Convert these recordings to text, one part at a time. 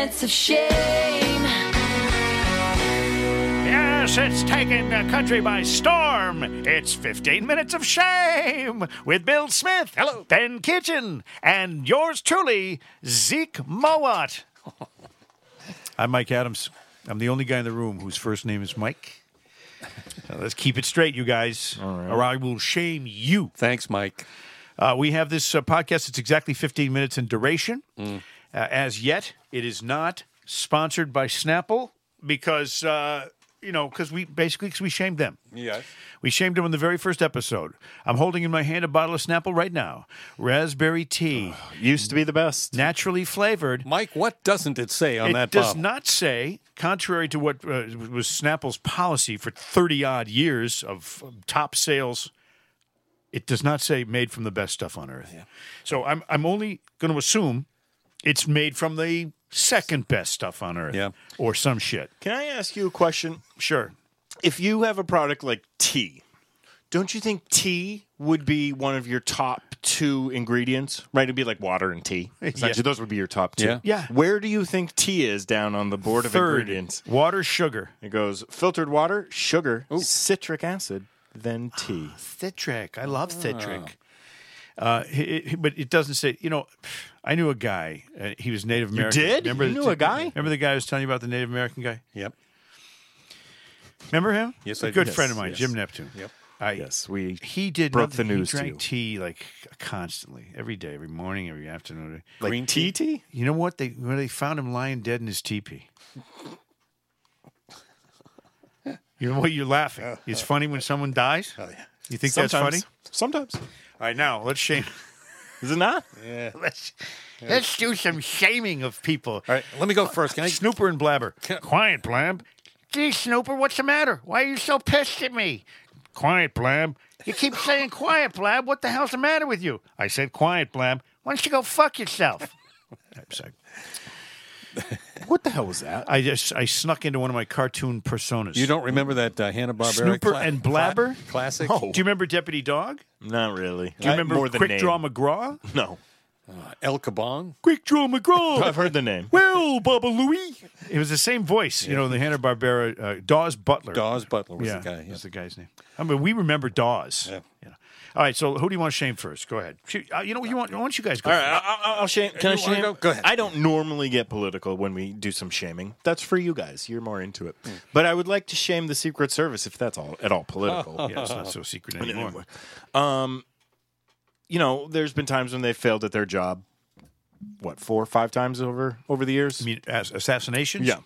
It's a shame. Yes, it's taken the country by storm. It's 15 Minutes of Shame with Bill Smith, hello, Ben Kitchen, and yours truly, Zeke Mowat. I'm Mike Adams. I'm the only guy in the room whose first name is Mike. So let's keep it straight, you guys, or I will shame you. Thanks, Mike. Uh, we have this uh, podcast. It's exactly 15 minutes in duration. Uh, as yet, it is not sponsored by Snapple because, uh, you know, because we basically cause we shamed them. Yes. We shamed them in the very first episode. I'm holding in my hand a bottle of Snapple right now. Raspberry tea, Oh, Used to be the best. naturally flavored. Mike, what doesn't it say on It that does bottle? not say, contrary to what uh, was Snapple's policy for 30 odd years of um, top sales, it does not say made from the best stuff on earth. So I'm, I'm only going to assume it's made from the second best stuff on earth Yeah. or some shit. Can I ask you a question? Sure. If you have a product like tea, don't you think tea would be one of your top two ingredients? Right? It'd be like water and tea. Essentially, those would be your top two. Yeah. Yeah. Where do you think tea is down on the board of ingredients? water, sugar. It goes filtered water, sugar, citric acid, then tea. Citric. I love Oh. Citric. Uh, he- he- but it doesn't say. You know, I knew a guy. Uh, he was Native American. did? You the knew a guy? Remember the guy I was telling you about the Native American guy? Yep. Remember him? Yes, a I do. good Yes, friend of mine, yes. Jim Neptune. Yep. I, Yes, we He did broke nothing- the news He to drank you. tea like constantly, every day, every morning, every afternoon. like Green tea tea. You know what? They when they found him lying dead in his teepee. you know what? You're laughing. It's funny when someone dies. Oh yeah. You think that's funny? Sometimes. All right, now let's shame. Is it not? Let's let's do some shaming of people. All right, let me go first. Can I? Snooper and Blabber. Quiet, Blab. Gee, Snooper, what's the matter? Why are you so pissed at me? Quiet, Blab. You keep saying quiet, Blab. What the hell's the matter with you? I said quiet, Blab. Why don't you go fuck yourself? I'm sorry. What the hell was that? I just I snuck into one of my cartoon personas. You don't remember that uh, Hanna Barbera Snooper and Blabber? classic? Do you remember Deputy Dog? Not really. Do you remember Quick Draw McGraw? No. El Kabong. Quick Draw McGraw. I've heard the name. Well, Bubba Louie. It was the same voice, you know, the Hanna Barbera uh, Dawes Butler. Dawes Butler was the guy. that yeah. was the guy's name. I mean, we remember Dawes. You know. All right, so who do you want to shame first? Go ahead. Shoot, uh, you know, you want, why don't you guys go? All right, I- I- I'll shame. Can I You wanna shame? go? Go ahead. I don't normally get political when we do some shaming. That's for you guys. You're more into it. Hmm. But I would like to shame the Secret Service if that's all at all political. Um, Yeah, it's not so secret anymore. You know, there's been times when they failed at their job. What four or five times over over the years? I mean, as, assassinations? Yeah.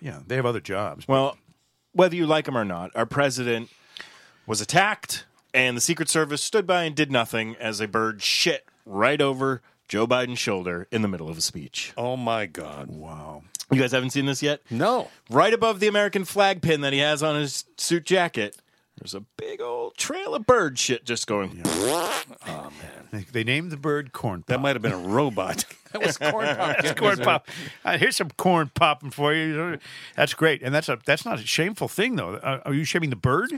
Yeah, they have other jobs. Well, whether you like him or not, our president was attacked, and the Secret Service stood by and did nothing as a bird shit right over Joe Biden's shoulder in the middle of a speech. Oh my God! Wow. You guys haven't seen this yet? No. right above the American flag pin that he has on his suit jacket, there's a big old trail of bird shit just going. They, they named the bird Corn That Pop. might have been a robot. that was corn pop. Yeah, corn it was a- Pop. Uh, here's some corn popping for you. That's great. And that's a that's not a shameful thing, though. Uh, are you shaming the bird?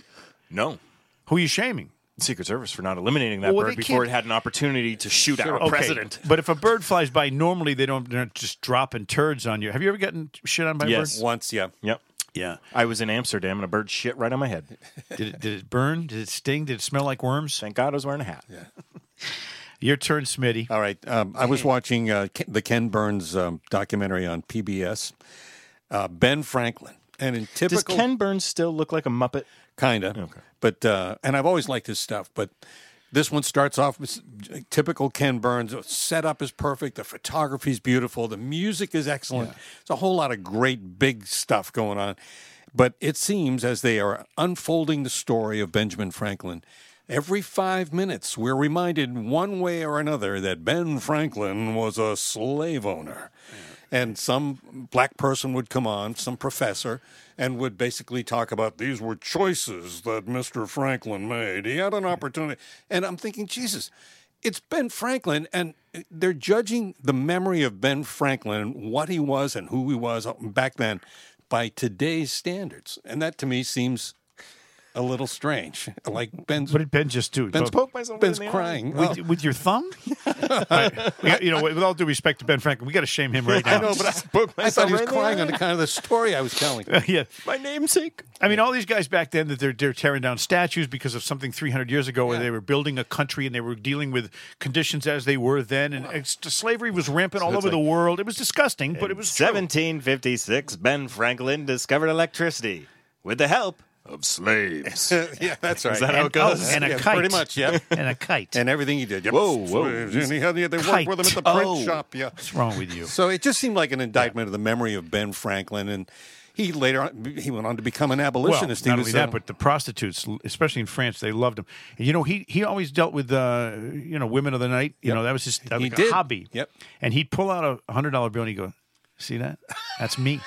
No. Who are you shaming? Secret Service for not eliminating that Well, they bird before can't- it had an opportunity to shoot our Okay, president. But if a bird flies by, normally they don't, they're not just dropping turds on you. Have you ever gotten shit on by Yes. a bird? Once, yeah. Yep. Yeah. I was in Amsterdam and a bird shit right on my head. Did it, did it burn? Did it sting? Did it smell like worms? Thank God I was wearing a hat. Your turn, Smitty. All right. Um, I was watching uh, Ken- the Ken Burns um, documentary on PBS. Uh, ben Franklin, and in Does typical Ken Burns still look like a Muppet? kind of. Okay. But uh, and I've always liked his stuff, but this one starts off with typical Ken Burns. Setup is perfect. The photography's beautiful. The music is excellent. It's a whole lot of great big stuff going on. But it seems as they are unfolding the story of Benjamin Franklin, every five minutes we're reminded one way or another that Ben Franklin was a slave owner and some black person would come on, some professor, and would basically talk about these were choices that Mr. Franklin made. He had an opportunity. And I'm thinking, Jesus, it's Ben Franklin, and uh, they're judging the memory of Ben Franklin, what he was uh, and who he was back then, by today's standards. And that to me seems a little strange. Like Ben's What did Ben just Oh. do? Ben's, Poke- poke myself Ben's in the eye? crying. Oh. with, with your thumb? I- we got- you know, with all due respect to Ben Franklin, we got to shame him right now. I know, but I, Poke I thought myself he was right in the crying on eye. the kind of the story I was telling. yeah, My namesake. I mean, all these guys back then that they're, they're tearing down statues because of something 300 years ago where they were building a country and they were dealing with conditions as they were then. And it's, slavery was rampant all over the world. It was disgusting, but it was true. 1756, Ben Franklin discovered electricity with the help of slaves. yeah, that's right. Is that how it And- oh, goes? and a yeah, kite. pretty much, yeah. And a kite. and everything he did. Yep. Whoa, whoa. And he had, they worked Kite. with him at the print Oh. shop. Yeah. What's wrong with you? So it just seemed like an indictment of the memory of Ben Franklin, and he later on, he went on to become an Well, abolitionist. not he only was, that, uh, but the prostitutes, l- especially in France, they loved him. And you know, he he always dealt with uh, you know women of the night. You know, that was his that He was did. a hobby. Yep. And he'd pull out a hundred dollar bill and he'd go, "See that? That's me.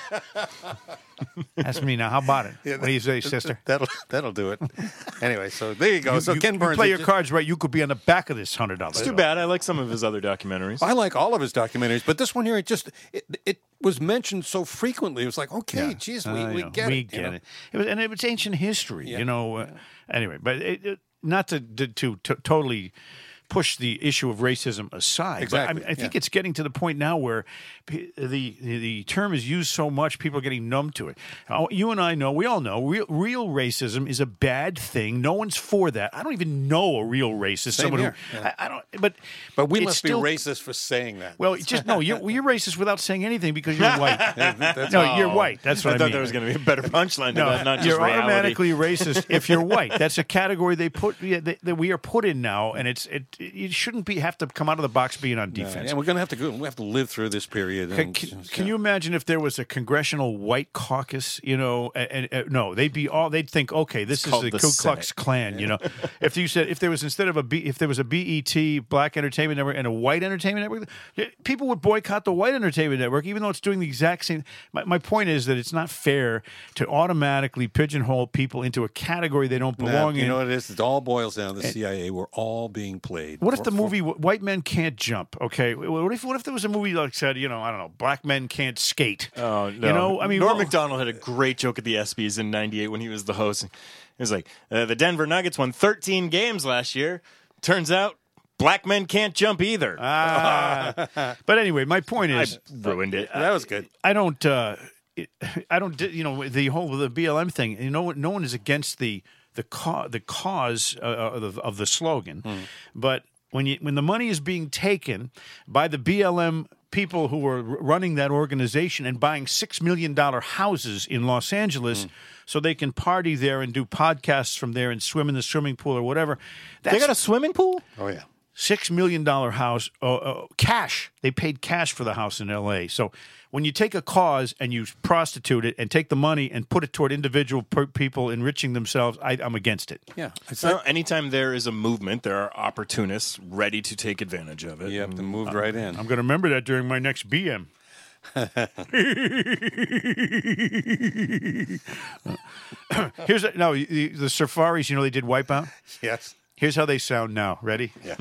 That's me. Now, how about it? what do you say, sister? that'll that'll do it. anyway, so there you go. Oh, so you, Ken you Burns. play it your just- cards right. You could be on the back of this hundred dollars. It's too bad. I like some of his other documentaries. I like all of his documentaries, but this one here, it just it, it was mentioned so frequently. It was like, okay, geez, we, we get we it. you get know? it. It was, and it was ancient history, you know. Uh, Anyway, but it, it- not to, to to to- totally push the issue of racism aside. Exactly, But I, I think yeah. it's getting to the point now where p- the, the the term is used so much, people are getting numb to it. Now, You and I know, we all know, real, real racism is a bad thing. No one's for that. I don't even know a real racist. someone here, who I, I don't. But But we it's must still- be racist for saying that. Well, just no. You're, you're racist without saying anything because you're white. that's no, all. you're white. That's what I, I thought mean. there was going to be a better punchline to that, not just you're reality. automatically racist if you're white. That's a category they put yeah, that that we are put in now, and it's it. You shouldn't be have to come out of the box being on defense. and we're gonna have to go. We have to live through this period. Can, and- can, can you imagine if there was a congressional white caucus? You know, and, and- no, they'd be all they'd think, okay, this is called the, the Ku Klux Senate. Klan. You know, if you said if there was instead of a B, if there was a BET Black Entertainment Network and a White Entertainment Network, yeah, people would boycott the White Entertainment Network, even though it's doing the exact same. My, my point is that it's not fair to automatically pigeonhole people into a category they don't Nah, belong you in. know what it is? It all boils down to the CIA. We're all being played. What if We're- the movie Wh- White Men Can't Jump? Okay, what if what if there was a movie like said, you know, I don't know, Black Men Can't Skate? Oh, no. You know, I mean, Norm well- MacDonald had a great joke at the ESPYS in '98 when he was the host. It was like uh, the Denver Nuggets won 13 games last year. Turns out, black men can't jump either. Ah, But anyway, my point I is, ruined it. That was good. I, don't, uh, it- I don't, di- you know, the whole the BLM thing. You know, no one is against the the cause the cause uh, of, the, of the slogan, but when you when the money is being taken by the BLM people who are r- running that organization and buying six million dollar houses in Los Angeles. So they can party there and do podcasts from there and swim in the swimming pool or whatever. That's They got a swimming pool. Oh yeah. six million dollar house uh, uh, cash they paid cash for the house in la so when you take a cause and you prostitute it and take the money and put it toward individual per- people enriching themselves I, i'm against it Yeah. It's So anytime there is a movement, there are opportunists ready to take advantage of it. Yep, and moved right in. i'm going to remember that during my next bm here's a, no the, the safaris you know they did wipeout yes. here's how they sound now ready Yeah.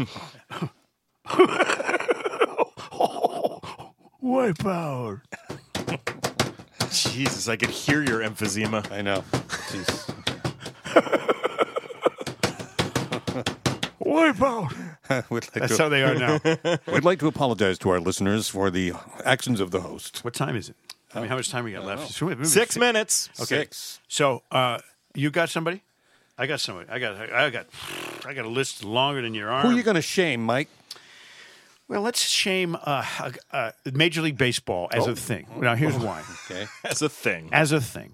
wipeout Jesus, I could hear your emphysema. I know. Jeez. wipeout we'd, like that's to, how they are now we'd like to apologize to our listeners for the actions of the host. What time is it? I mean, how much time we got left? Six minutes. Okay. Six. So, uh, you got somebody? I got somebody. I got. I got. I got a list longer than your arm. Who are you going to shame, Mike? well, let's shame uh, uh, Major League Baseball as a thing. Now, here's why. Okay. That's a thing. As a thing,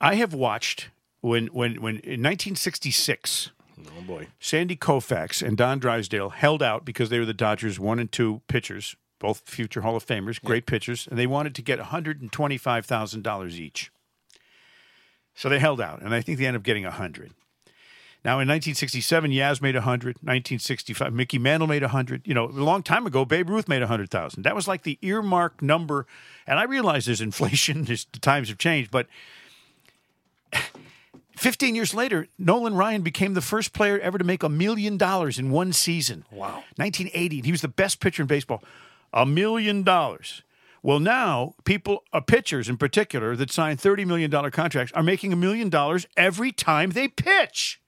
I have watched when when when in 1966. Oh boy. Sandy Koufax and Don Drysdale held out because they were the Dodgers one and two pitchers, both future Hall of Famers, great pitchers, and they wanted to get $125,000 each. So they held out, and I think they ended up getting 100. Now in 1967, Yaz made 100. 1965, Mickey Mantle made 100. You know, a long time ago, Babe Ruth made 100,000. That was like the earmark number. And I realize there's inflation, there's, the times have changed, but 15 years later, Nolan Ryan became the first player ever to make a million dollars in one season. Wow. 1980. He was the best pitcher in baseball. A million dollars. Well, now people, uh, pitchers in particular, that sign thirty million dollar contracts are making a million dollars every time they pitch,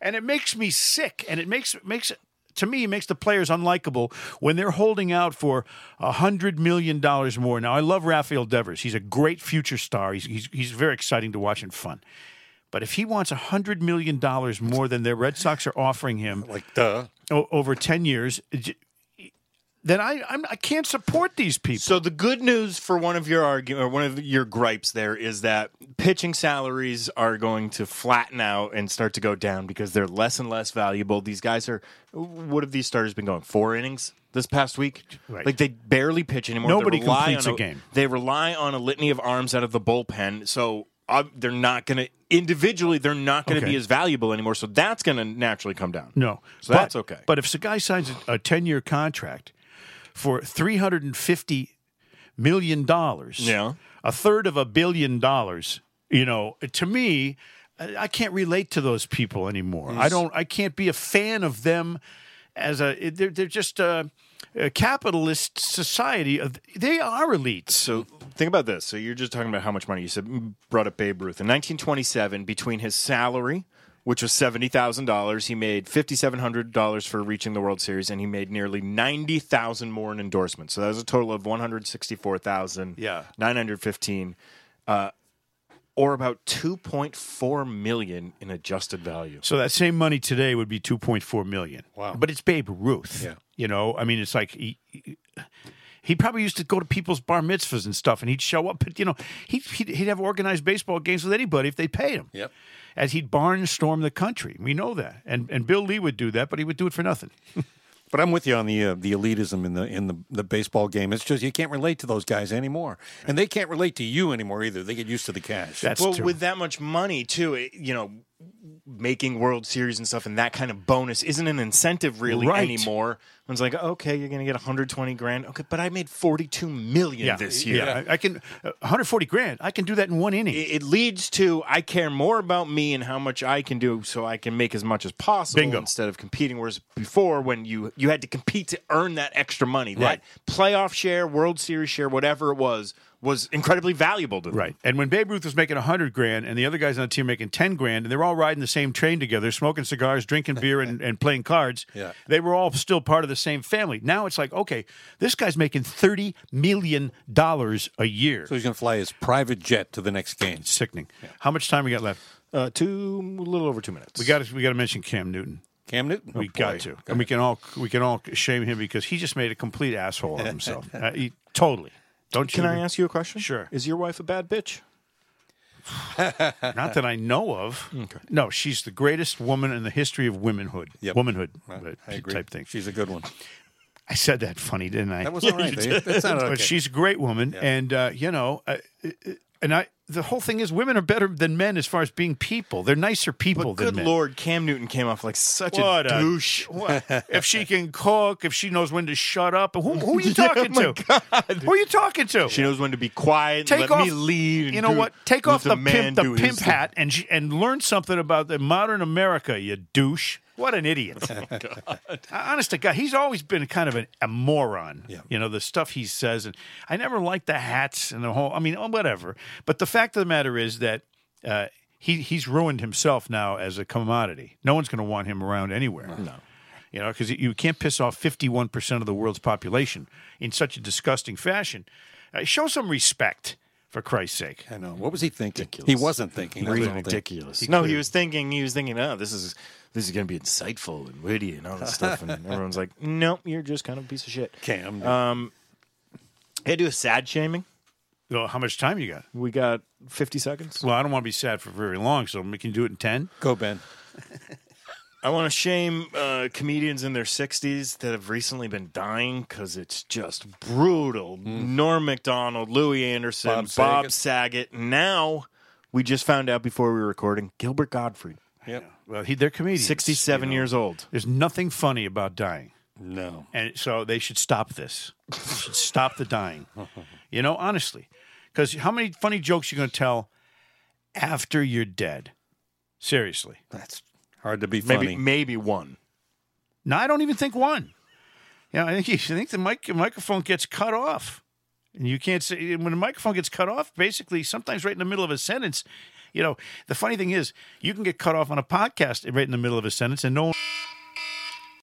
and it makes me sick. And it makes makes to me it makes the players unlikable when they're holding out for a hundred million dollars more. Now, I love Rafael Devers; he's a great future star. He's he's, he's very exciting to watch and fun. But if he wants a $100 million more than the Red Sox are offering him, Like, duh. o- over 10 years, j- then I I'm, I can't support these people. So the good news for one of your argument or one of your gripes there is that pitching salaries are going to flatten out and start to go down because they're less and less valuable. These guys are what have these starters been going four innings this past week? Right. Like they barely pitch anymore. They Nobody rely completes on a game. They rely on a litany of arms out of the bullpen. So uh, they're not going to individually. They're not going to Okay. be as valuable anymore. So that's going to naturally come down. no, So that's okay. But if a guy signs a 10 year contract for 350 million dollars, Yeah. a third of a billion dollars, you know, to me, I I can't relate to those people anymore. I don't. I can't be a fan of them as a. They're, they're just a, a capitalist society. of- They are elites. So think about this. So you're just talking about how much money you said brought up Babe Ruth in 1927 between his salary, which was seventy thousand dollars, he made fifty seven hundred dollars for reaching the World Series, and he made nearly ninety thousand more in endorsements. So that was a total of one hundred sixty four thousand. Yeah. nine hundred fifteen. Uh, or about 2.4 million in adjusted value. So that same money today would be 2.4 million. Wow. But it's Babe Ruth. Yeah. You know, I mean, it's like he, he- he probably used to go to people's bar mitzvahs and stuff, and he'd show up. But you know, he, he'd, he'd have organized baseball games with anybody if they paid him. Yep. As he'd barnstorm the country. We know that. And and Bill Lee would do that, but he would do it for nothing. But I'm with you on the uh, the elitism in the in the, the baseball game. It's just you can't relate to those guys anymore, and they can't relate to you anymore either. They get used to the cash. That's well, true. with that much money too, it, you know, making World Series and stuff and that kind of bonus isn't an incentive really Right. anymore. One's like, okay, you're going to get 120 grand. Okay, but I made 42 million this year. Yeah. I, I can, uh, 140 grand. I can do that in one inning. It, it leads to I care more about me and how much I can do, so I can make as much as possible Bingo. instead of competing. Whereas before, when you you had to compete to earn that extra money, Right. that playoff share, World Series share, whatever it was, was incredibly valuable to them. Right. And when Babe Ruth was making a hundred grand and the other guys on the team making ten grand and they're all riding the same train together, smoking cigars, drinking beer and, and playing cards, Yeah. they were all still part of the same family. Now it's like, okay, this guy's making thirty million dollars a year. so he's going to fly his private jet to the next game. Sickening. How much time we got left? Uh, two, a little over two minutes. We got to we got to mention Cam Newton. Cam Newton. Oh, We got to, and we can all we can all shame him because he just made a complete asshole of himself. uh, he, totally. Don't you? Can I agree? ask you a question? Sure. Is your wife a bad bitch? Not that I know of. No, she's the greatest woman in the history of womanhood. Yep. Womanhood uh, I agree. type thing. She's a good one. I said that funny, didn't I? That was all right. That sounded But okay. she's a great woman, and uh, you know, uh, and I. The whole thing is, women are better than men as far as being people. They're nicer people than Good men. lord, Cam Newton came off like such What a a- douche. What? if she can cook, if she knows when to shut up, who, who are you talking oh to? Who are you talking to? She knows when to be quiet. Take let off, me lead. and You know do- what? Take let off the, pimp, man the do his pimp thing. hat and sh- and learn something about the modern America. You douche! What an idiot! Oh, I- Honest to God, he's always been kind of an, a moron. Yeah. You know the stuff he says, and I never liked the hats and the whole. I mean, oh, whatever. But the fact of the matter is that. Uh, he, he's ruined himself now as a commodity. No one's going to want him around anywhere. No. You know, because you can't piss off 51% of the world's population in such a disgusting fashion. Uh, show some respect, for Christ's sake. I know. What was he thinking? He wasn't thinking. That was the whole thing. Ridiculous. no, he was thinking. He was thinking. Oh, this is this is going to be insightful and witty and all this stuff. And everyone's like, "Nope, you're just kind of a piece of shit." Cam. Newton. Hey, do a sad shaming. Well, how much time you got? We got 50 seconds. Well, I don't want to be sad for very long, so we can do it in 10. Go Ben. I want to shame uh, comedians in their 60s that have recently been dying because it's just brutal. Norm MacDonald, Louis Anderson, Mm. Bob Bob Saget. Saget. Now, we just found out before we were recording Gilbert Gottfried, Yep. Well, he, they're comedians. 67 years old. There's nothing funny about dying. No. And so they should stop this. They should stop the dying. You know, honestly. Because how many funny jokes you going to tell after you're dead? Seriously. That's hard to be Maybe funny. maybe one. No, I don't even think one. Yeah, I think I think the mic- microphone gets cut off And you can't say when the microphone gets cut off, basically sometimes right in the middle of a sentence. You know, the funny thing is, you can get cut off on a podcast right in the middle of a sentence, and no one